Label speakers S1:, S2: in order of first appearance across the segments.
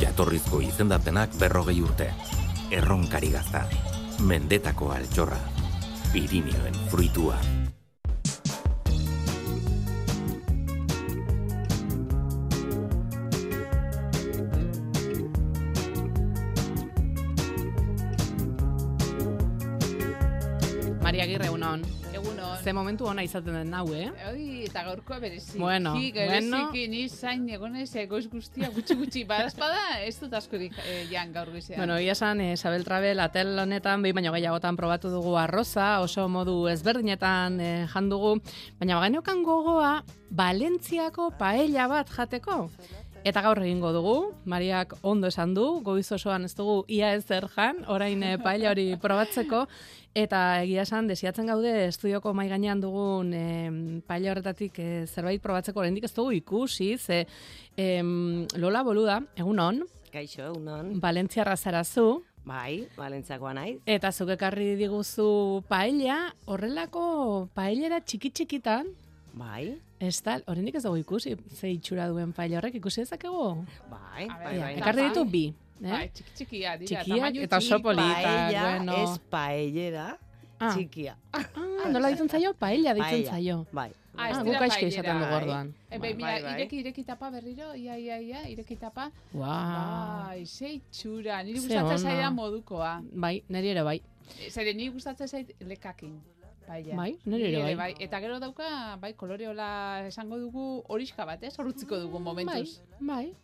S1: jatorrizko izendapenak berrogei urte. Erronkari gazta. Mendetako altxorra. Pirinioen fruitua.
S2: Maria Agirre, egunon.
S3: Egunon.
S2: Ze momentu ona izaten den hau, eh?
S3: Oi, eta gaurkoa bereziki.
S2: Bueno, bueno.
S3: bereziki ni zain egonez egoiz guztia gutxi gutxi. Badazpada, ez dut askorik eh, jan gaur goizean.
S2: Bueno, ia esan, eh, Isabel Trabel atel honetan behin baino gehiagotan probatu dugu arroza, oso modu ezberdinetan eh, jan dugu, baina bageneukan gogoa Valentziako paella bat jateko. Eta gaur egingo dugu, Mariak ondo esan du, goiz osoan ez dugu ia ez zer jan, orain eh, paella hori probatzeko, eta egia esan desiatzen gaude estudioko mai gainean dugun eh, paella horretatik eh, zerbait probatzeko oraindik ez dugu ikusi, ze em, Lola Boluda, egun on,
S4: Kaixo, unon.
S2: Valentziarra zara zu,
S4: Bai, Balentzakoa naiz.
S2: Eta zuk ekarri diguzu paella, horrelako paellera txiki txikitan,
S4: Bai,
S2: ez da, oraindik ez dago ikusi, ze itxura duen paella horrek ikusi dezakegu?
S4: bai,
S3: A
S4: bai,
S3: ber,
S2: Ja,
S4: bai.
S2: ekarri ditu bi,
S3: Bai,
S2: eh?
S3: txiki txikia dira.
S2: Txikiak
S3: tamainu
S2: eta oso
S3: txiki.
S2: politak,
S4: Paella
S2: bueno.
S4: ez paellera,
S2: Ah,
S4: txikia.
S2: ah, nola ditzen zaio? Paella ditzen
S4: Paella.
S2: zaio.
S4: Bai.
S3: Ah, ez
S2: Ah,
S3: dira
S2: guk aizki
S3: paellera.
S2: izaten dugu orduan.
S3: Eh, bai,
S4: Bai,
S3: mira,
S4: bai, bai.
S3: ireki, ireki tapa berriro, ia, ia, ia, ireki tapa.
S2: Wow.
S3: Bai, zei txura, niri
S2: Ah. Ze
S3: gustatzen
S2: ona.
S3: zaida modukoa.
S2: Bai, niri ere bai.
S3: Zere, niri gustatzen zait lekakin. Baia.
S2: Bai, niri ere bai.
S3: Eta gero dauka, bai, koloreola esango dugu horiska bat, ez? Horrutziko dugu momentuz.
S2: Bai, bai.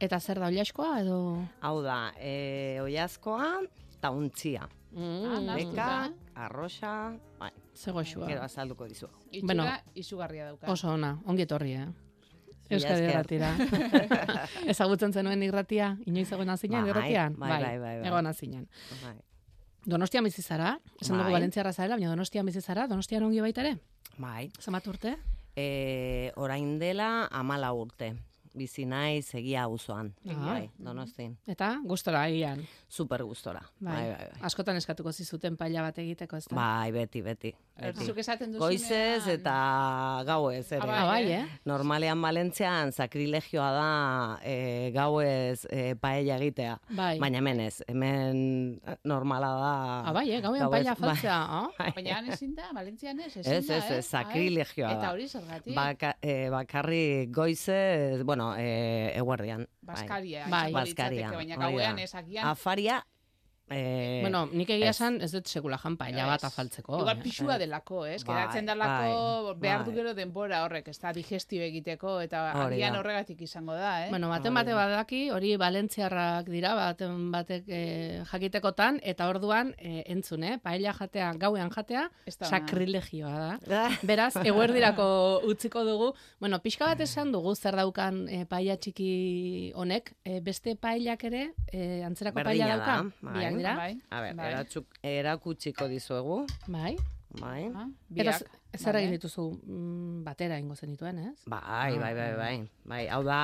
S2: Eta zer da oliaskoa edo...
S4: Hau da, e, oiazkoa, tauntzia.
S3: Ah,
S2: Mm,
S3: nahastu
S4: Beka,
S3: da.
S4: arroxa, bai,
S2: ze goxua.
S4: gero azalduko dizu.
S3: Itxura
S2: Bueno.
S3: izugarria dauka.
S2: Oso ona, ongi etorri, eh?
S4: Mila
S2: Euskadi
S4: esker.
S2: irratira. Ezagutzen zenuen irratia, inoiz egon azinen
S4: Bai,
S2: irratian?
S4: bai, bai, bai, bai.
S2: Egon azinen.
S4: Bai,
S2: Donostia bizi zara, esan dugu
S4: Bai.
S2: Valentziarra zarela, baina Donostia bizi zara, Donostia ongi baita ere.
S4: bai.
S2: Zamat urte?
S4: E, orain dela amala urte. Bizi naiz egia auzoan.
S2: Ah.
S4: Bai, donostin.
S2: Eta gustora agian.
S4: Super gustora.
S2: Bai.
S4: Bai, bai, bai.
S2: Askotan eskatuko zizuten paila bat egiteko, ez da?
S4: Bai, beti, beti. beti.
S3: Zuk esaten duzunean...
S4: Goizez eta gauez ere.
S3: Ah,
S2: Ah, bai, eh?
S4: Normalean Valentzian sakrilegioa da e, gauez e, paella egitea.
S2: Bai.
S4: Baina hemen ez, hemen normala da.
S2: Ah, bai, eh? Gauen
S4: gauez-
S2: paila
S4: bai.
S2: faltzea, ah?
S3: Baina han ezin da, Valentzian ez, ezin
S4: Ez,
S3: da,
S4: ez,
S3: eh?
S4: ez, ba.
S3: Ai,
S4: sakrilegioa da.
S3: Eta hori zergatik,
S4: Baka, e, bakarri goizez, bueno, e, eguerdian. bai.
S3: Baskaria.
S2: Bai.
S3: izango litzateke,
S4: Bazkaria.
S3: Baina
S4: hori da.
S3: gauean ez, agian...
S4: Afaria, e,
S2: Bueno, nik egia
S4: ez.
S2: esan ez dut sekula jan paella bat
S3: Bai, ez.
S2: afaltzeko.
S3: Igual
S2: eh?
S3: pixua delako, ez?
S4: Bai,
S3: Geratzen delako,
S4: bai,
S3: behar du
S4: bai.
S3: gero denbora horrek, ez da, digestio egiteko, eta
S4: Hori da.
S3: agian horregatik izango da, eh?
S2: Bueno,
S4: Bai.
S2: baten bate badaki, hori valentziarrak dira, baten batek eh, jakitekotan, eta orduan eh, entzun, eh? Paella jatea, gauean jatea,
S3: Ez da ona.
S2: sakrilegioa da. Beraz, eguerdirako utziko dugu, bueno, pixka bat esan dugu zer daukan eh, paella txiki honek, eh, beste paellak ere, eh, antzerako
S4: Berdina
S2: paella dauka,
S4: da, bai.
S2: biak dira,
S3: Bai,
S4: A ber,
S3: bai.
S4: eratsuk- erakutsiko dizuegu.
S2: bai.
S4: Bai.
S3: Ah,
S2: Eta
S3: biak,
S2: z- zer
S3: bale.
S2: egin dituzu mm, batera ingo zenituen, ez?
S4: Bai, bai, bai, bai, bai. Hau da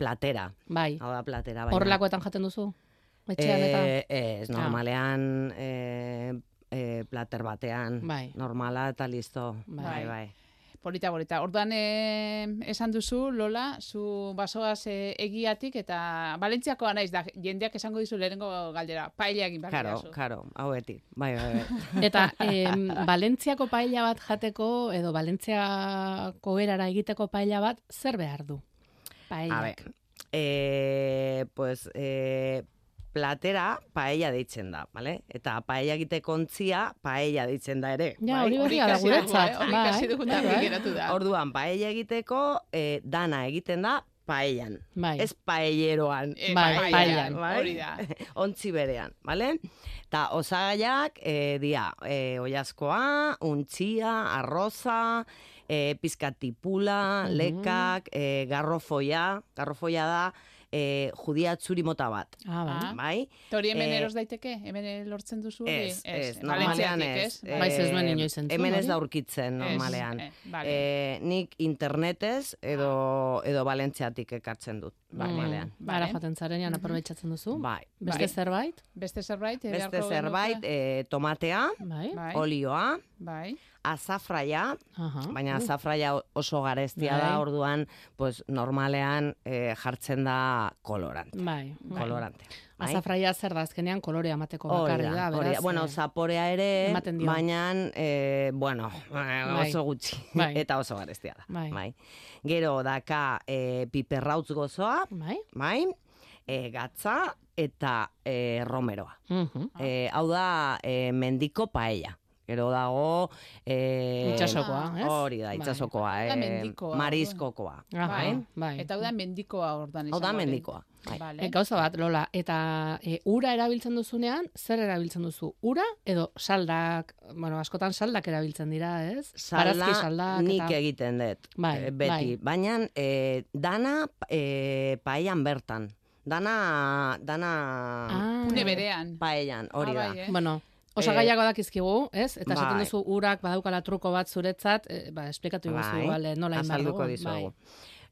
S4: platera.
S2: Bai,
S4: Hau da platera, baina.
S2: horrelakoetan jaten duzu? Etxean eta? Ah.
S4: Eh, ez, normalean eh, eh, plater batean.
S2: Bai.
S4: Normala eta listo.
S2: Bai.
S4: Bai, bai.
S3: Polita, polita. Orduan eh, esan duzu, Lola, zu basoaz eh, egiatik eta Valentziakoa naiz da, jendeak esango dizu lehenengo galdera, paella
S2: Bai,
S3: egin behar
S4: Karo,
S3: didazu.
S4: karo, hauetik. Bai, bai, bai.
S2: Eta em, Valentziako paella bat jateko edo Valentziako erara egiteko paella bat zer behar du?
S4: A
S2: Paellak.
S4: ber, eh, pues, eh, platera paella deitzen da, bale? Eta paella egiteko ontzia paella deitzen da ere.
S2: Ja,
S4: bai?
S2: hori
S3: Hori
S2: berria da
S3: ikasi dugu,
S2: guretzat.
S3: eh? Hori ikasi dugu
S2: bai,
S3: eta argi
S2: bai,
S3: geratu da.
S4: Orduan, paella egiteko eh, dana egiten da paellan.
S2: bai.
S4: Ez paelleroan.
S3: Eh,
S2: Bai,
S3: paellan,
S4: bai.
S3: Hori da.
S4: ontzi berean, bale? Ta osagaiak e, dia, e, oiazkoa, untzia, arroza, e, pizkatipula,
S3: Mhm.
S4: lekak, e, garrofoia, garrofoia da, e, judia txuri mota bat,
S2: Ah, bai.
S3: Ah.
S4: bai?
S3: Eta hori hemen
S4: Eh,
S3: eros daiteke? Hemen lortzen duzu? hori?
S4: Ez, ez, normalean
S3: Valentziatik,
S4: ez. eh,
S3: Bai.
S2: Bai, ze ez nuen inoiz entzun, eh?
S4: Hemen ez
S2: hori.
S4: da urkitzen,
S3: Ez,
S4: normalean.
S3: eh, vale. Ah.
S4: Eh, nik internetez edo, edo valentziatik ekartzen dut, normalean.
S2: Mm, Ara
S3: Bai.
S2: joaten zarenean aprobetxatzen duzu.
S4: Bai.
S2: Beste
S3: Bai.
S2: zerbait?
S3: Beste zerbait? eh,
S4: Beste
S3: beharko genuke?
S4: zerbait, e, tomatea,
S2: Bai.
S3: Bai.
S4: olioa,
S3: Bai.
S4: azafraia,
S2: Aha. Mm.
S4: baina azafraia oso garestia da,
S2: Ah, uh. Bai.
S4: orduan, pues, normalean eh, jartzen da kolorante.
S2: Bai, bai.
S4: Kolorante. bai?
S2: Azafraia zer da, azkenean kolorea emateko
S4: Hori
S2: bakarri
S4: da,
S2: da,
S4: hori da.
S2: beraz.
S4: Bueno,
S2: eh,
S4: zaporea ere,
S2: ematen dio.
S4: baina, eh, bueno, eh,
S2: Bai.
S4: oso gutxi.
S2: Bai.
S4: Eta oso garestia da.
S2: Bai.
S4: Gero daka eh, piperrautz gozoa,
S2: Bai?
S4: bai, eh, gatza eta eh, romeroa.
S2: Mhm.
S4: Eh, hau da, eh, mendiko paella. Gero dago... Eh,
S2: Itsasokoa, ez?
S4: Hori da,
S2: Bai.
S4: itsasokoa.
S3: Da
S4: eh,
S3: mendikoa,
S4: Mariskokoa.
S2: Aha,
S3: Bai.
S2: bai.
S3: Eta hau da mendikoa ordan
S4: Hau da mendikoa. Bai.
S3: Vale.
S2: E, gauza bat, Lola, eta e, ura erabiltzen duzunean, zer erabiltzen duzu? Ura edo saldak, bueno, askotan saldak erabiltzen dira, ez?
S4: Salda,
S2: Barazki saldak
S4: nik
S2: eta...
S4: egiten dut.
S2: Bai,
S4: eh, beti.
S2: bai.
S4: Baina, eh, dana eh, paellan bertan. Dana, dana eh,
S2: Ah.
S3: Une berean.
S4: paellan, hori
S3: Ah,
S4: da.
S3: bai, eh?
S2: Bueno, osagaiago dakizkigu, ez? Eta esaten
S4: bai.
S2: duzu urak badaukala truko bat zuretzat, e, ba, esplikatu iguzu,
S4: Bai,
S2: bale, nola inbar
S4: Azalduko
S2: dugun,
S4: dizugu.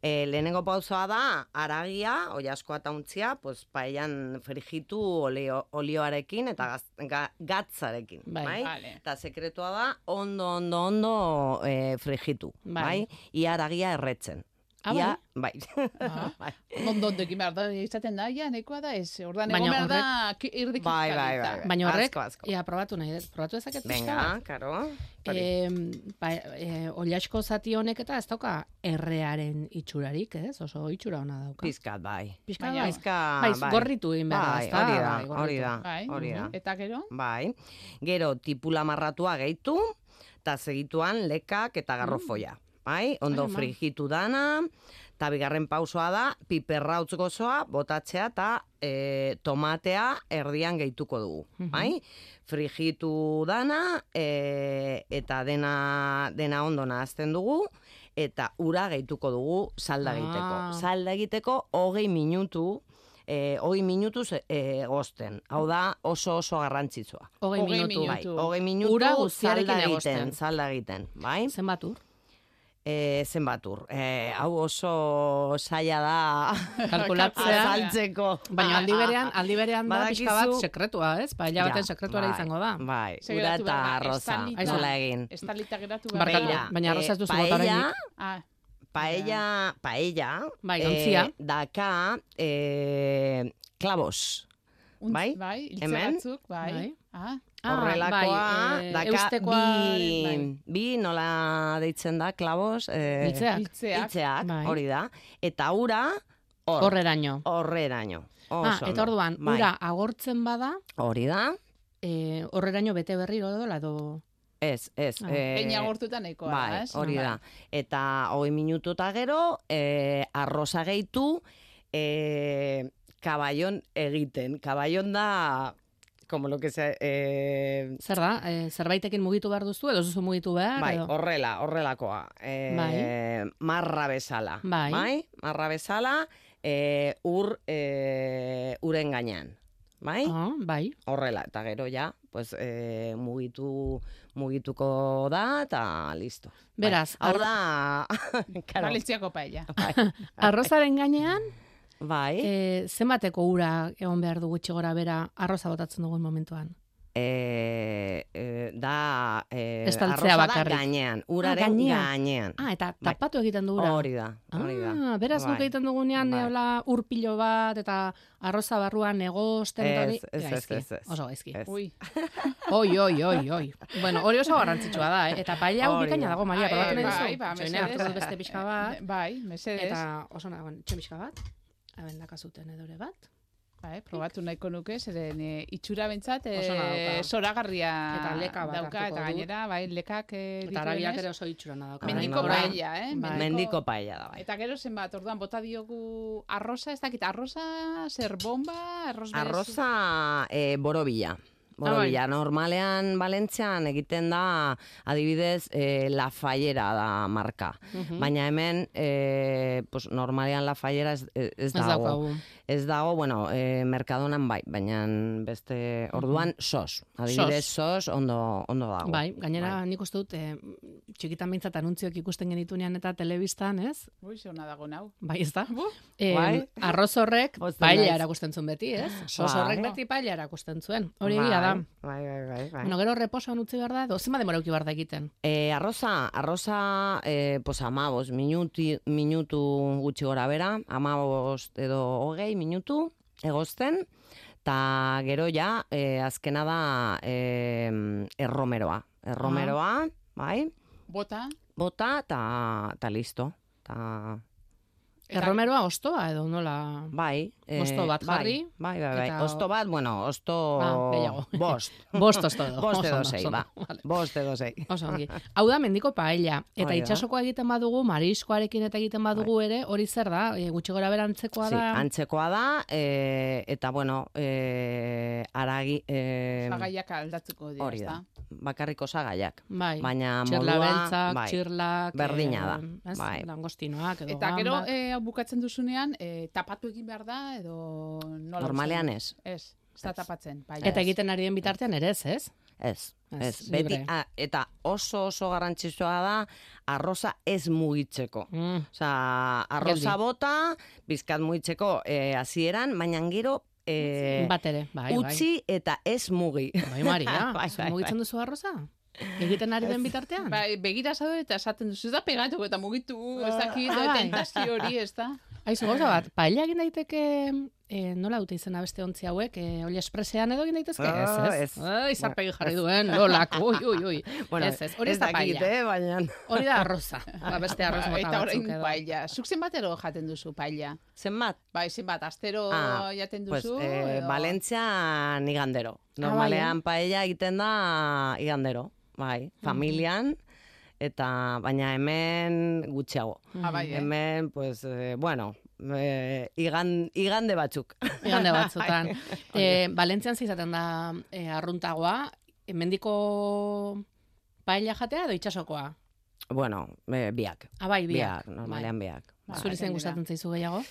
S4: Eh, lehenengo pausoa da, aragia, oiaskoa eta untzia, pues, paellan frijitu olio, olioarekin eta gaz, ga, gatzarekin.
S2: Bai.
S4: Bai.
S3: Vale.
S4: Eta sekretua da, ondo, ondo, ondo eh, frijitu.
S2: Bai.
S4: Bai. Ia aragia erretzen.
S2: Ah,
S4: Ia,
S2: bai?
S4: bai.
S3: Ah.
S4: bai.
S3: Ondo ondo egin behar da, izaten da, ja, nahikoa da, ez. Ordan
S2: Baina
S3: egon behar da, ki- irri
S4: Bai, bai,
S3: kiskalita.
S4: bai, bai.
S2: Baina horrek,
S4: Asko, asko.
S2: ea, probatu nahi, dut. probatu dezaket pixka bat?
S4: Venga, karo. hori.
S2: Eh, ba, eh, oilasko zati honek eta ez dauka errearen itxurarik, ez? Oso itxura ona dauka.
S4: Pizkat, bai.
S2: Pizka
S3: Baina
S2: bai.
S4: Pizka,
S2: Bai,
S4: bai.
S2: gorritu egin behar da,
S4: Bai,
S2: ezta?
S4: hori da,
S2: Bai, gorritu.
S4: hori da,
S3: Bai,
S4: Ah, hori da.
S3: Eta gero?
S4: Bai. Gero tipula marratua gehitu, eta segituan lekak eta garrofoia. Bai, ondo
S2: Ai, ama.
S4: frijitu dana, eta bigarren pausoa da, piperrautz gozoa, botatzea eta e, tomatea erdian gehituko dugu. Bai, frijitu dana, e, eta dena, dena ondo nahazten dugu, eta ura gehituko dugu salda egiteko.
S2: Ah.
S4: Salda egiteko hogei minutu, e, hogei minutuz e, gozten. Hau da oso oso garrantzitsua.
S2: Hogei
S3: Hogei
S2: minutu.
S3: minutu.
S4: Bai, hogei minutu
S2: Ura guztiarekin
S4: salda
S2: egosten.
S4: egiten, salda egiten, bai?
S2: Zenbat ur?
S4: E, zenbat ur. E, hau oso saia da
S2: Kalkulatzea.
S4: azaltzeko.
S2: Baina aldi berean, aldi berean da
S4: Badakizu-
S2: pixka bat sekretua, ez? Paella
S4: Ja,
S2: baten sekretuara
S4: bai,
S2: izango da. Ah,
S4: Bai,
S3: Zer
S4: ura
S3: geratu
S4: eta
S3: behar da,
S4: arroza,
S3: estalita.
S4: aizola egin.
S3: Estalita geratu behar
S2: Barkatu,
S3: da.
S4: Begira,
S2: baina arroza ez
S4: eh,
S2: duzu bota
S4: paella,
S2: oraindik.
S3: Ah,
S4: paella, paella,
S2: Bai,
S4: eh,
S2: ontzia.
S4: daka, eh, klabos.
S3: untz-
S4: Bai,
S3: bai, hiltze
S4: hemen.
S3: batzuk, bai.
S2: Bai.
S3: Ah,
S2: Ah,
S4: Horrelakoa,
S2: eh,
S4: daka,
S2: eustekoaren,
S4: bi,
S2: bai.
S4: bi nola deitzen da, klabos, eh,
S2: Hiltzeak.
S3: hiltzeak.
S4: hiltzeak,
S2: Bai.
S4: hori da, eta ura, hor,
S2: Horreraino.
S4: horreraino.
S2: Ah,
S4: Oso ondo.
S2: eta orduan,
S4: Bai,
S2: ura agortzen bada,
S4: Hori da,
S2: eh, horreraino bete berriro dola edo...
S4: ez, ez.
S2: Ah,
S4: eh,
S3: Peña gortuta nahikoa ah, da,
S4: Bai,
S3: ez?
S4: hori da. Eta hoi minutu eta gero, e, arroza gehitu, e, kabaion egiten. Kabaion da, como lo que se... E,
S2: Zer da, eh, zerbaitekin mugitu behar duzu, edo ez duzu mugitu behar,
S4: bai,
S2: edo...
S4: horrela, horrelakoa. E,
S2: Bai.
S4: Marra bezala.
S2: Bai.
S4: Marra bezala, e, ur, e, uren gainean. Bai?
S2: Ah, bai.
S4: Horrela, eta gero ja, pues, e, mugitu, mugituko da, eta listo. Bai.
S2: Beraz,
S4: Hau da, claro,
S3: Valentziako paella.
S2: Bai. Arrozaren gainean,
S4: Bai.
S2: e, zenbateko ura egon behar du gutxi gora bera arroza botatzen dugun momentuan?
S4: E, e, da e,
S2: Estaltzea
S4: arroza da
S2: bakarrik.
S4: gainean, uraren
S2: Ah, gainean.
S4: gainean.
S2: Ah, eta
S4: Bai.
S2: tapatu egiten du ura.
S4: Hori da, hori da.
S2: Ah, beraz guk
S4: Bai.
S2: egiten dugunean
S4: Bai.
S2: bai. urpilo bat eta arroza barruan egosten eta hori.
S4: Ez, ez, ez,
S2: Gaizki,
S4: ez, ez.
S2: Oso gaizki.
S4: Ez.
S3: Ui,
S2: Oi, oi, oi, oi. Bueno, hori oso garrantzitsua da, eh? eta paella hau
S4: Hori
S2: bikaina
S4: da.
S2: dago, Maria,
S3: Ah,
S2: probatu
S3: eh,
S2: nahi
S3: bai,
S2: duzu.
S3: ba,
S2: Txoina,
S3: mesedez.
S2: hartu dut beste pixka bat,
S3: bai, mesedez.
S2: eta oso nago, txo pixka bat, abendaka zuten edore bat.
S3: Bai, probatu nahiko nuke, zeren e, itxura bentsat e,
S2: Oso ona dauka.
S3: zoragarria
S2: Eta leka bat
S3: dauka,
S2: hartuko
S3: eta
S2: dut.
S3: gainera, bai, lekak e,
S2: Eta arabiak ere
S3: dituenez.
S2: oso itxurana dauka.
S3: Mendiko
S4: Bai.
S3: paella, eh?
S2: Bai.
S4: Mendiko paella da, bai.
S3: Ba, Eta gero zenbat, orduan, bota diogu arroza, ez dakit, arroza, zer bomba, arroz berezi.
S2: Bai,
S4: Arroza e,
S2: Ah,
S4: borobila. Borobila, normalean Valentzian egiten da adibidez e, La Fallera da marka. Baina hemen e, pues, normalean La Fallera ez, ez, ez
S2: Ez
S4: dago.
S2: daukagu.
S4: Ez dago, bueno, e, Mercadonan bai, baina beste orduan sos. Adibidez sos, ondo, ondo dago.
S2: Bai, gainera nik uste dut, eh, txikitan behintzat anuntziok ikusten genitunean eta telebistan, ez?
S3: Ui, ze ona dago nau.
S2: Bai, ez da?
S3: Bu?
S2: Eh,
S4: Bai.
S2: Arroz horrek
S4: Pozten
S2: paella
S4: naiz.
S2: erakusten zuen beti, ez? Sos
S4: Bai.
S2: horrek beti paella erakusten zuen. Hori
S4: Bai,
S2: egia da, da.
S4: Bai, bai, bai, bai.
S2: Bueno, gero reposoan utzi behar da, edo zenba demora euki behar da egiten.
S4: E, arroza, arroza, e, pues, amabos, minuti, minutu gutxi gora bera, amabos edo hogei minutu egozten, eta gero ja, e, azkena da e, erromeroa. Erromeroa,
S2: Ah.
S4: bai,
S3: Bota.
S4: bota eta ta listo. Ta,
S3: Eta-
S2: Erromeroa ostoa edo nola...
S4: bai. e,
S2: Hosto bat
S4: bai,
S2: jarri,
S4: Bai, bai, bai.
S2: eta-
S4: Osto bat, bueno, osto
S2: Ah, gehiago.
S4: bost.
S2: Bost osto edo.
S4: Bost
S2: Oso
S4: edo
S2: ondo,
S4: sei,
S2: oso ondo.
S4: ba.
S2: Vale.
S4: Bost edo zei.
S2: Oso ongi. Hau da mendiko paella. Eta
S4: Hori da. Bai.
S2: itsasokoa egiten badugu, mariskoarekin eta egiten badugu ere, hori zer da, e, gutxi gora berantzekoa
S4: Sí,
S2: da.
S4: antzekoa da, e, eta bueno, e, aragi, e,
S3: Pagaiak aldatuko dira,
S4: hori da, bakarrik osagaiak.
S2: Bai,
S4: Baina
S2: txirla
S4: modua,
S2: beltzak,
S4: bai,
S2: txirlak,
S4: berdina da,
S2: eh, ez?
S4: bai.
S2: langostinoak edo
S3: Eta gero
S2: gambak.
S3: eh, hau bukatzen duzunean, eh, tapatu egin behar da, edo nola...
S4: normalean
S3: ez.
S4: ez,
S3: Ez, ez da tapatzen. Bai,
S2: eh? Eta egiten ari den bitartean ere ez, ez?
S4: ez, ez.
S2: Ez,
S4: Beti,
S2: libre.
S4: a, eta oso oso garrantzitsua da, arroza ez mugitzeko.
S2: Mm.
S4: Osa, arroza
S2: Geldi.
S4: bota, bizkat mugitzeko eh, hasieran, baina gero eh,
S2: Bat ere, bai,
S4: utzi eta ez mugi.
S2: bai. Bai, Maria,
S4: Bai,
S2: zu
S4: bai,
S2: mugitzen duzu arroza? Egiten ari den bitartean?
S3: Bai, begira zaude eta esaten duzu, ez da pegatuko eta mugitu, ez dakit,
S2: Ah, bai.
S3: tentazio hori, ez da.
S2: Aizu, gauza bat, paella egin daiteke, eh, nola dute izena beste ontzi hauek, eh, oli espresean edo egin daitezke?
S4: Ah,
S2: ez, ez.
S4: ez.
S2: Ah, izarpegi jarri duen, lolak, ui, ui, ui. ez, ez, hori ez da
S4: dakit,
S2: paella.
S4: eh, baina
S2: Hori da arroza, ba, beste arroz
S3: Ba,
S2: mota
S3: eta
S2: batzuk
S3: orain
S2: edo.
S4: bai.
S3: paella. Zuk zenbat ero jaten duzu paella?
S4: zenbat?
S3: Bai, zenbat, astero
S4: Ah,
S3: jaten
S4: Pues,
S3: duzu?
S4: eh,
S3: edo-
S4: Valentzia nigandero.
S2: Ah,
S4: Normalean paella egiten da igandero, bai, familian, eta baina hemen gutxiago.
S2: Mm.
S3: Ah, bai, eh?
S4: Hemen, pues, eh, bueno, eh, igan, igande batzuk.
S2: Igande batzutan.
S4: Bai.
S2: e, Valentzian ze izaten da e, arruntagoa, e, mendiko paella jatea edo itsasokoa?
S4: bueno, eh, biak.
S2: Ah, bai, biak.
S4: Biak, normalean biak.
S2: Bai.
S3: Bai.
S2: Zuri zen
S3: Jaten dira.
S2: gustatzen zaizu gehiago?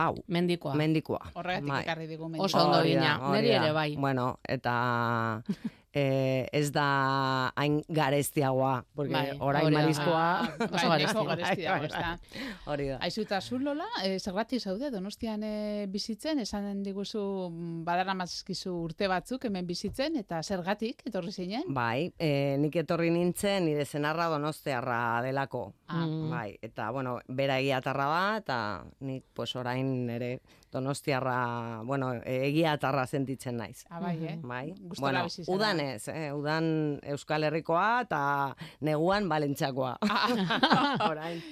S4: Hau,
S2: Mendikoa.
S4: mendikoa.
S3: Horregatik
S4: Bai.
S3: ekarri digu
S2: Ba. Oso ondo
S4: Hori da,
S2: egina,
S4: hori
S2: niri
S4: da.
S2: ere bai.
S4: Bueno, eta eh, ez da hain garestiagoa, porque
S2: Bai,
S4: orain
S2: hori da. Ah.
S4: mariskoa,
S2: Oso
S3: Ah,
S2: garestia.
S3: Oso garestia,
S4: Bai,
S3: ez da.
S4: hori da.
S3: Aizu eta zu, Lola, eh, zergatik zaude donostian eh, bizitzen, esan diguzu mm, badara mazkizu urte batzuk hemen bizitzen, eta zergatik, etorri zinen?
S4: Bai, e, nik etorri nintzen nire zenarra donostearra delako.
S3: Ah,
S2: Mm.
S4: Bai, eta, bueno, bera egiatarra da, eta nik, pues, orain ere donostiarra, bueno, e, egiatarra sentitzen naiz.
S3: ah, bai, eh?
S4: Bai,
S3: Gustora
S4: bueno,
S3: bizi zara.
S4: udan ez, eh? udan Euskal Herrikoa eta neguan Balentxakoa.
S3: Ah.
S4: orain.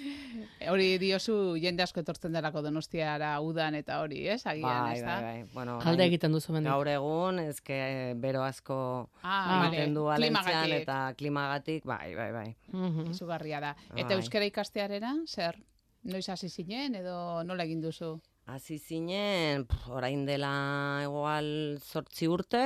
S3: E, Hori diozu jende asko etortzen delako donostiara udan eta hori, ez? Agian,
S4: Bai,
S3: ez da?
S4: bai, bai. Bueno,
S2: Alde
S4: orain,
S2: egiten duzu mendik.
S4: Gaur egun, ezke bero asko
S3: Ah,
S2: Ah.
S3: bale,
S4: egiten du Valentzian
S3: klimagatik.
S4: eta klimagatik, bai, bai, bai.
S2: Mhm.
S3: Izugarria da. Eta
S4: Bai.
S3: euskara ikastearena, zer? Noiz hasi zinen edo nola egin duzu?
S4: Hasi zinen, pf, orain dela igual zortzi urte,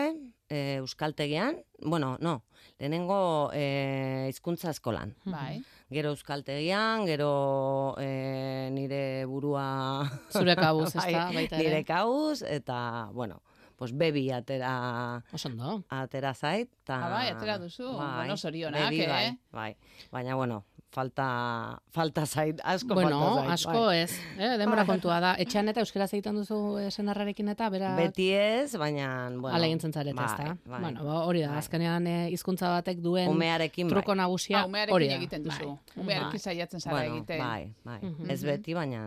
S4: e, Euskaltegian, bueno, no, lehenengo e, hizkuntza eskolan.
S2: Hmm.
S3: Bai.
S4: Gero Euskaltegian, gero e, nire burua... Bai,
S2: Zure kabuz, ezta, baita ere.
S4: Nire kabuz, eta, bueno, pues bebi atera
S2: Oso ondo.
S4: atera zait. Ta,
S3: Ah, bai, atera duzu. Bueno, zorionak,
S4: bebi,
S3: eh?
S4: bai, bai. Baina, bueno, falta, falta zait, asko
S2: bueno,
S4: falta zait.
S2: asko
S4: bai.
S2: ez. Eh, denbora kontua da. Etxean eta euskera egiten duzu eh, senarrarekin eta bera
S4: Beti ez, baina... Bueno,
S2: alegintzen zarete, ezta?
S4: bai.
S2: Bueno, ba, hori da,
S4: bai.
S2: azkenean eh, hizkuntza batek duen
S4: Umearekin bai.
S2: truko nagusia.
S3: Ah, umearekin
S2: hori da,
S3: egiten duzu.
S2: bai.
S3: Umearekin
S4: Bai.
S3: saiatzen zara
S4: bueno,
S3: egiten.
S4: Bai, bai.
S2: Mhm.
S4: Ez beti, baina...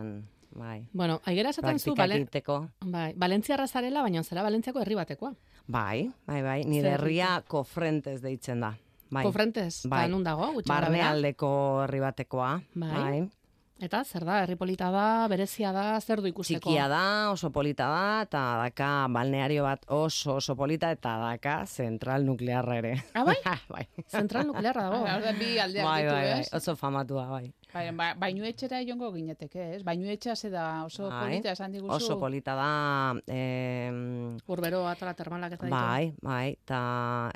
S4: Bai.
S2: Bueno, aigera esaten zu,
S4: Praktikak
S2: bale,
S4: egiteko.
S2: bai, Valentziarra zarela, baina zera Valentziako herri batekoa.
S4: Bai, bai, bai. Nire
S2: Zer
S4: herria kofrentez deitzen da. Bai.
S2: Kofrentes,
S4: Bai.
S2: eta nun dago, gutxi gora behera.
S4: Barnealdeko herri batekoa.
S2: Bai.
S4: bai.
S2: Eta zer da, herri polita da, berezia da, zer du ikusteko.
S4: Txikia da, oso polita da, eta daka balneario bat oso oso polita, eta daka zentral nuklearra ere.
S2: Ah, bai?
S4: bai.
S2: Zentral nuklearra
S3: Ah,
S2: dago.
S3: Hor da bi
S4: Bai,
S3: aldeak
S4: bai,
S3: ditu,
S4: bai,
S3: ez?
S4: oso famatua, bai.
S3: Baina, ba, bainuetxera jongo gineteke, ez? Bainuetxa ze da oso
S4: Bai.
S3: polita esan diguzu.
S4: Oso polita da, em,
S2: Urbero atala termalak eta ditu.
S4: bai, bai, eta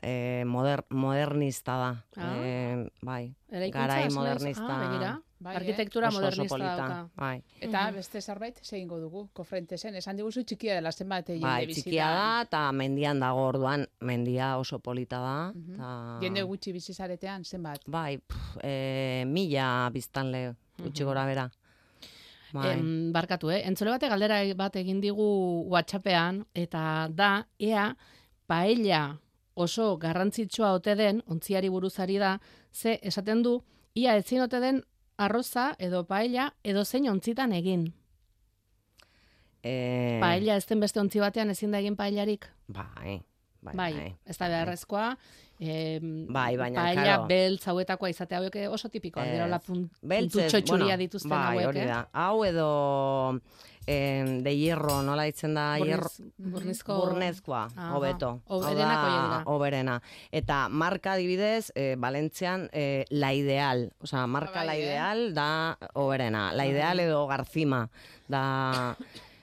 S4: eh, moder, modernista da.
S2: Ah.
S4: Em, bai,
S2: Eraikuntzaz,
S4: garai
S2: noiz?
S4: modernista.
S2: Ah, begira.
S3: Bai, eh?
S2: Arkitektura
S4: oso, oso
S2: modernista
S4: polita.
S2: dauka.
S4: Bai.
S3: Eta
S2: Mm-hmm.
S3: beste zerbait egingo dugu, kofrentesen. Esan diguzu txikia dela zenbat jende
S4: Bai,
S3: bizi
S4: txikia da, eta mendian dago orduan, mendia oso polita da.
S2: Mhm.
S4: eta...
S3: Jende gutxi bizi zaretean zenbat.
S4: Bai, pff, e, mila biztanle gutxi gora bera. Bai.
S2: Mhm. Em, barkatu, eh? Entzule bate galdera bat egin digu WhatsAppean, eta da, ea, paella oso garrantzitsua ote den, ontziari buruzari da, ze esaten du, ia ezin ote den arroza edo paella edo zein ontzitan egin.
S4: Eh,
S2: Paella ez den beste ontzi batean ezin da egin paellarik.
S4: Bai, bai,
S2: Bai,
S4: bai.
S2: ez da beharrezkoa. em,
S4: Bai, baina,
S2: paella
S4: claro.
S2: beltz hauetakoa izatea hauek eh, oso tipikoa.
S4: Ez.
S2: Gero la punt,
S4: Beltzez,
S2: puntutxo dituzten
S4: bai,
S2: hauek,
S4: hori
S2: eh?
S4: da. Hau edo em, de hierro, nola ditzen da hierro?
S2: Burniz- burnizko...
S4: Burnezkoa,
S2: Aha.
S4: hobeto. Hau da,
S2: Hoberenak horiek dira.
S4: Hoberena. Eta marka adibidez, eh, Valentzian eh, La Ideal. Osea, marka
S3: Ah, bai,
S4: La
S3: eh?
S4: Ideal da hoberena. La Ideal edo Garzima da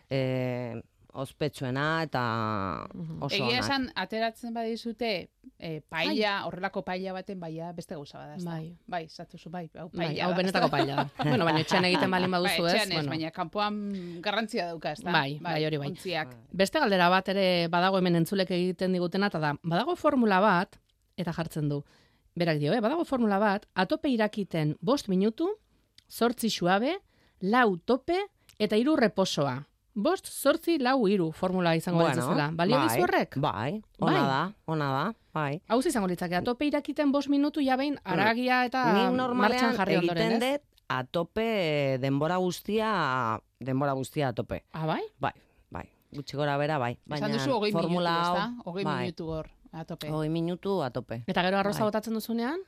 S4: eh, ospetsuena eta oso
S3: Egia
S4: onak.
S3: esan, ateratzen badizute eh, paella, horrelako paella baten baia beste gauza bada. ezta?
S2: Bai.
S3: bai zatuzu, bai, hau
S2: Bai,
S3: paella.
S2: hau
S3: da,
S2: benetako
S3: ezta?
S2: paella da. bueno, baina etxean egiten balin baduzu,
S3: bai,
S2: ez?
S3: etxean ez,
S2: bueno,
S3: baina kanpoan garrantzia dauka, ez da?
S2: Bai, bai, hori bai.
S3: Ontziak.
S2: Beste galdera bat ere badago hemen entzulek egiten digutena, eta da, badago formula bat, eta jartzen du, berak dio, eh? badago formula bat, atope irakiten bost minutu, zortzi suabe, lau tope, eta hiru reposoa. Bost, zortzi, lau, hiru formula izango bueno, ditzuzela. Balio
S4: bai,
S2: dizu horrek?
S4: Bai, ona
S2: Bai.
S4: da, ona da, bai.
S2: Hau ze izango litzake, atope irakiten bost minutu ja behin aragia eta Ba,
S4: Nik
S2: martxan
S4: Mm. normalean
S2: jarri ondoren,
S4: egiten
S2: ez?
S4: dut a tope eh, denbora guztia, denbora guztia a tope.
S2: Ah, bai?
S4: Bai, bai. Gutxi gora bera, bai. Baina
S3: Esan duzu hogei minutu,
S4: formula
S3: ez da?
S4: hau,
S3: Hogei
S4: bai,
S3: minutu hor, atope.
S2: Oh.
S4: Hogei minutu a tope.
S2: Eta gero arroza
S4: Bai.
S2: botatzen duzunean?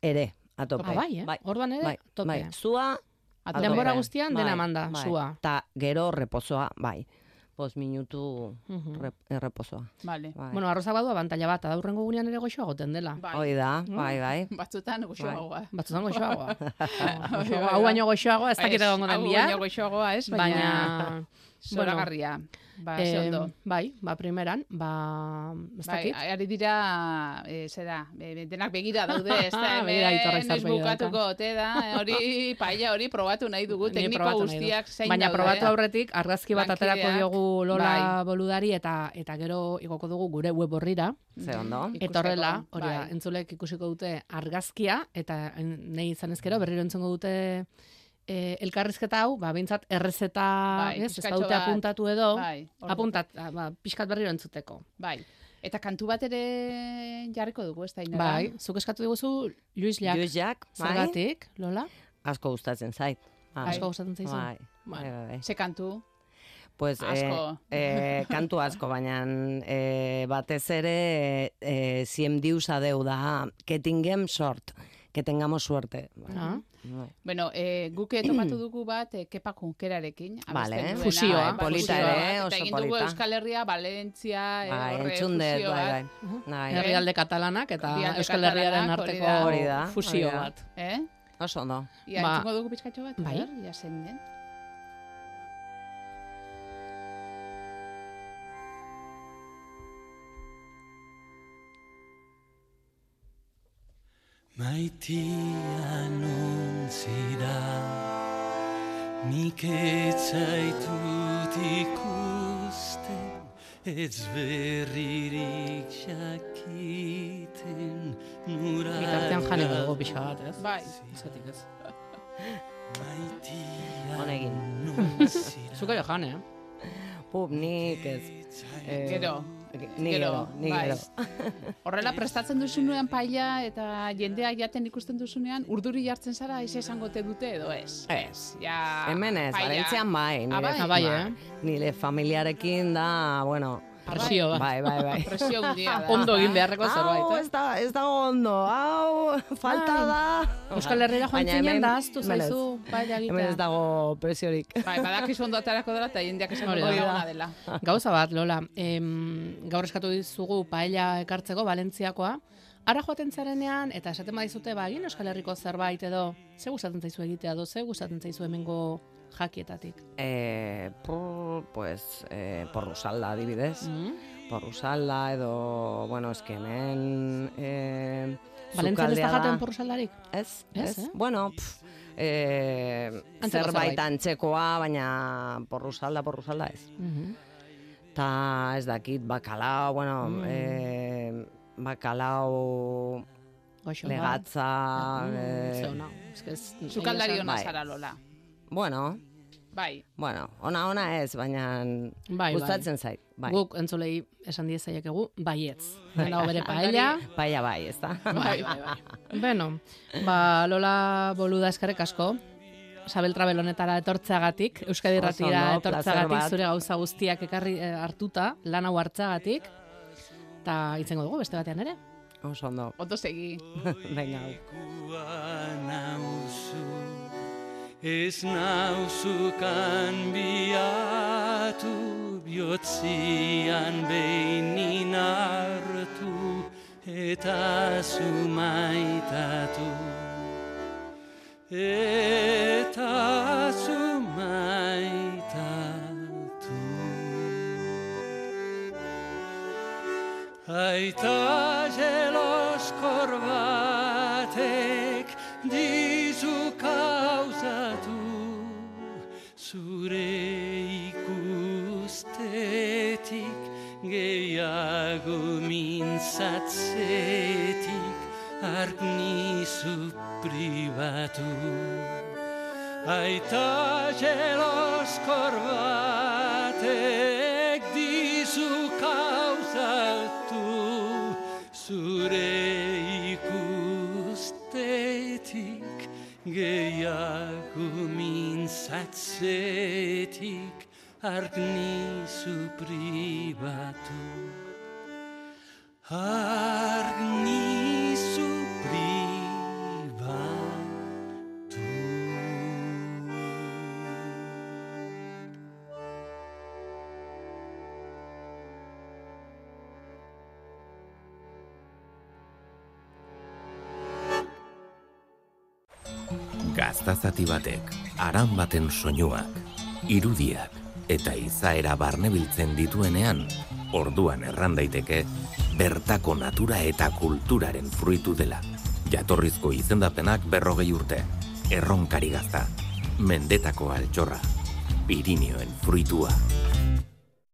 S4: Ere, a tope.
S2: Ah, bai, eh?
S4: Bai,
S2: Orduan ere,
S4: bai,
S2: tope.
S4: bai. Zua, a
S3: Atope.
S2: Denbora
S4: tope.
S2: guztian dena eman da, zua.
S4: Eta gero reposoa, bai. Bost minutu
S2: Mhm.
S4: rep, erreposoa.
S3: Vale.
S4: Bai.
S2: Bueno, arrozak badu abantaila bat, adurrengo gunean ere goxoa goten dela.
S3: Bai.
S4: Hoi da,
S2: Mm.
S4: bai, bai.
S3: Batzutan goxoagoa.
S2: Batzutan goxoagoa.
S3: Bai,
S2: Goxoagoa, Hau
S3: bai, bai.
S2: baino goxoagoa, ez dakit
S3: Ez,
S2: egongo den
S3: hau
S2: bihar,
S3: baino goxoagoa, ez?
S2: baina...
S3: Zoragarria. Ba, ze
S2: em,
S3: ondo.
S2: bai, ba primeran, ba... Ez
S3: Bai,
S2: dakit?
S3: ari dira, eh, zera, eh, denak begira daude, ez da,
S2: Begira
S3: hemen
S2: aitorrek
S3: noiz
S2: zarpegi dauka.
S3: bukatuko, ote da, eh, hori, paella hori probatu nahi dugu,
S2: Ni
S3: tekniko
S2: probatu nahi dut.
S3: guztiak zein
S2: Baina
S3: daude.
S2: probatu aurretik, argazki bat aterako
S3: Lankideak,
S2: diogu Lola
S3: bai.
S2: boludari eta eta gero igoko dugu gure web horrira.
S4: Ze ondo.
S2: Eta horrela,
S3: Ikusteko,
S2: hori da,
S3: bai.
S2: entzulek ikusiko dute argazkia, eta en- nahi izan ezkero, berriro entzengo dute e, elkarrizketa hau, ba, behintzat errezeta,
S3: Bai,
S2: ez, ez
S3: pixkatxo
S2: dute
S3: bat.
S2: apuntatu edo,
S3: Bai, hor-
S2: apuntat, ah, ba, pixkat berriro entzuteko.
S3: Bai. Eta kantu bat ere jarriko dugu, ez da, inora?
S2: Bai, zuk eskatu diguzu Luis Jack.
S4: Juiz jak, bai.
S2: Zergatik, Lola?
S4: Asko gustatzen zait. Bai.
S2: Asko gustatzen zaizu.
S4: Bai, bai,
S2: Bueno.
S4: bai, bai.
S3: Ze kantu?
S4: Pues,
S3: Asko.
S4: Eh, eh, kantu asko, baina eh, batez ere eh, Cien dius adeu da ah, que tinguem sort, que tengamos suerte. Bai.
S2: Ah.
S4: Bai.
S3: Bueno, eh, guk topatu dugu bat eh, Kepa Kunkerarekin. abesten
S4: Vale.
S3: duena,
S2: Fusioa.
S3: bai,
S4: Polita
S3: fusioa
S4: ere,
S3: bat,
S4: oso
S3: Eta egin dugu
S4: polita.
S3: Euskal Herria, Valentzia, eh,
S4: Bai,
S3: horre
S4: entzun dut,
S3: fusio
S4: bai,
S3: bat.
S4: bai. Bai.
S2: Herrialde katalanak eta
S3: Herrialde
S2: Euskal Herriaren
S3: katalanak, hori da.
S4: Hori da,
S2: arteko fusio
S4: hori da.
S2: bat.
S3: Eh?
S4: Oso ondo.
S3: Ia,
S2: Ba-
S3: entzungo dugu pizkatxo bat,
S2: Bai.
S3: bai. ja zein den.
S5: Maitia nontzira Nik etzaitut ikusten Ez berririk jakiten Nura
S2: Bitartean jani dugu pixka bat, ez?
S3: Bai.
S2: Izatik ez.
S5: Maitia
S4: Honegin.
S5: nontzira
S2: Zuk ere jan, eh?
S4: Pup, nik ez. Eh,
S3: Gero.
S4: Ni gero, ni
S3: bai.
S4: gero.
S3: Horrela prestatzen duzunean paia eta jendea jaten ikusten duzunean urduri jartzen zara ez esango te dute edo ez.
S4: Ez.
S3: Ja,
S4: Hemen ez,
S3: paella.
S4: Valentzian bai. Nire,
S3: Ah, bai?
S2: Ah, bai, eh?
S4: Nire familiarekin da, bueno,
S2: Presio bat.
S4: bai, bai, bai.
S3: Presio handia da.
S2: Ondo egin beharreko zerbait,
S4: Hau,
S2: eh?
S4: ez da, ez dago ondo, hau, falta
S2: Bai.
S4: da.
S2: Euskal Herrera joan
S4: Baina
S2: zinen
S4: hemen-
S2: da aztu
S4: hemen ez.
S2: zaizu paella
S4: Hemen ez
S2: egitea.
S4: dago presiorik.
S3: Bai, badakizu ondo aterako dela eta jendeak esango
S2: Hori da.
S3: dela ona dela.
S2: Gauza bat, Lola, em, gaur eskatu dizugu paella ekartzeko Valentziakoa. Ara joaten zarenean eta esaten badizute ba egin Euskal Herriko zerbait edo ze gustatzen zaizu egitea edo ze gustatzen zaizu hemengo jakietatik.
S4: Eh, pu, pues, eh, porrusalda adibidez.
S2: Mm?
S4: Porrusalda edo, bueno, eske hemen... Eh,
S2: Valentzian ez da
S4: sukaldea
S2: jaten porrosalarik?
S4: Ez,
S2: Ez,
S4: ez.
S2: eh?
S4: Bueno, pff, eh,
S2: Antzeko zerbait.
S4: zerbait antzekoa, baina porrusalda, porrusalda ez. Ta ez dakit, bakalao, bueno,
S2: Mm.
S4: eh, bakalao
S2: Goxo,
S4: legatza...
S2: Ba. Mm,
S4: eh,
S2: ze ona. Ez que ez-
S3: Sukaldari
S2: egia
S3: ona
S4: Bai.
S3: zara Lola.
S4: bueno,
S3: Bai,
S4: Bueno, ona ona ez, baina
S2: Bai,
S4: gustatzen zait. Bai.
S2: Guk entzulei esan diezaiekegu baietz. Lehenago bere paella.
S4: Paia bai, ez da?
S2: Bai, bai, bai. Beno, ba, Lola Boluda eskarek asko. Sabel Trabel honetara etortzeagatik, Euskadi
S4: Oso
S2: Ratira
S4: ondo, plazer
S2: etortzeagatik,
S4: bat.
S2: zure gauza guztiak ekarri eh, hartuta, lan hau hartzeagatik, eta itzengo dugu beste batean ere.
S4: Oso ondo.
S3: ondo segi.
S4: Venga, bai. hau.
S5: Lekua nauzu, ez nauzu kanbiatu, bihotzian behin hartu eta zumaitatu. Eta zumaitatu. Aita zelos korbatek dizu kauzatu Zure ikustetik gehiago mintzatzetik Ark nizu pribatu Aita zelos korbatek dizu kauzatu Zure ikustetik gehiago mintzatzetik Ark nizu pribatu Ark nizu pribatu
S1: Gaztazati batek, aran baten soinuak, irudiak eta izaera barnebiltzen dituenean, orduan erran daiteke bertako natura eta kulturaren fruitu dela. Jatorrizko izendapenak berrogei urte, erronkari gazta, mendetako altxorra, Pirinioen fruitua.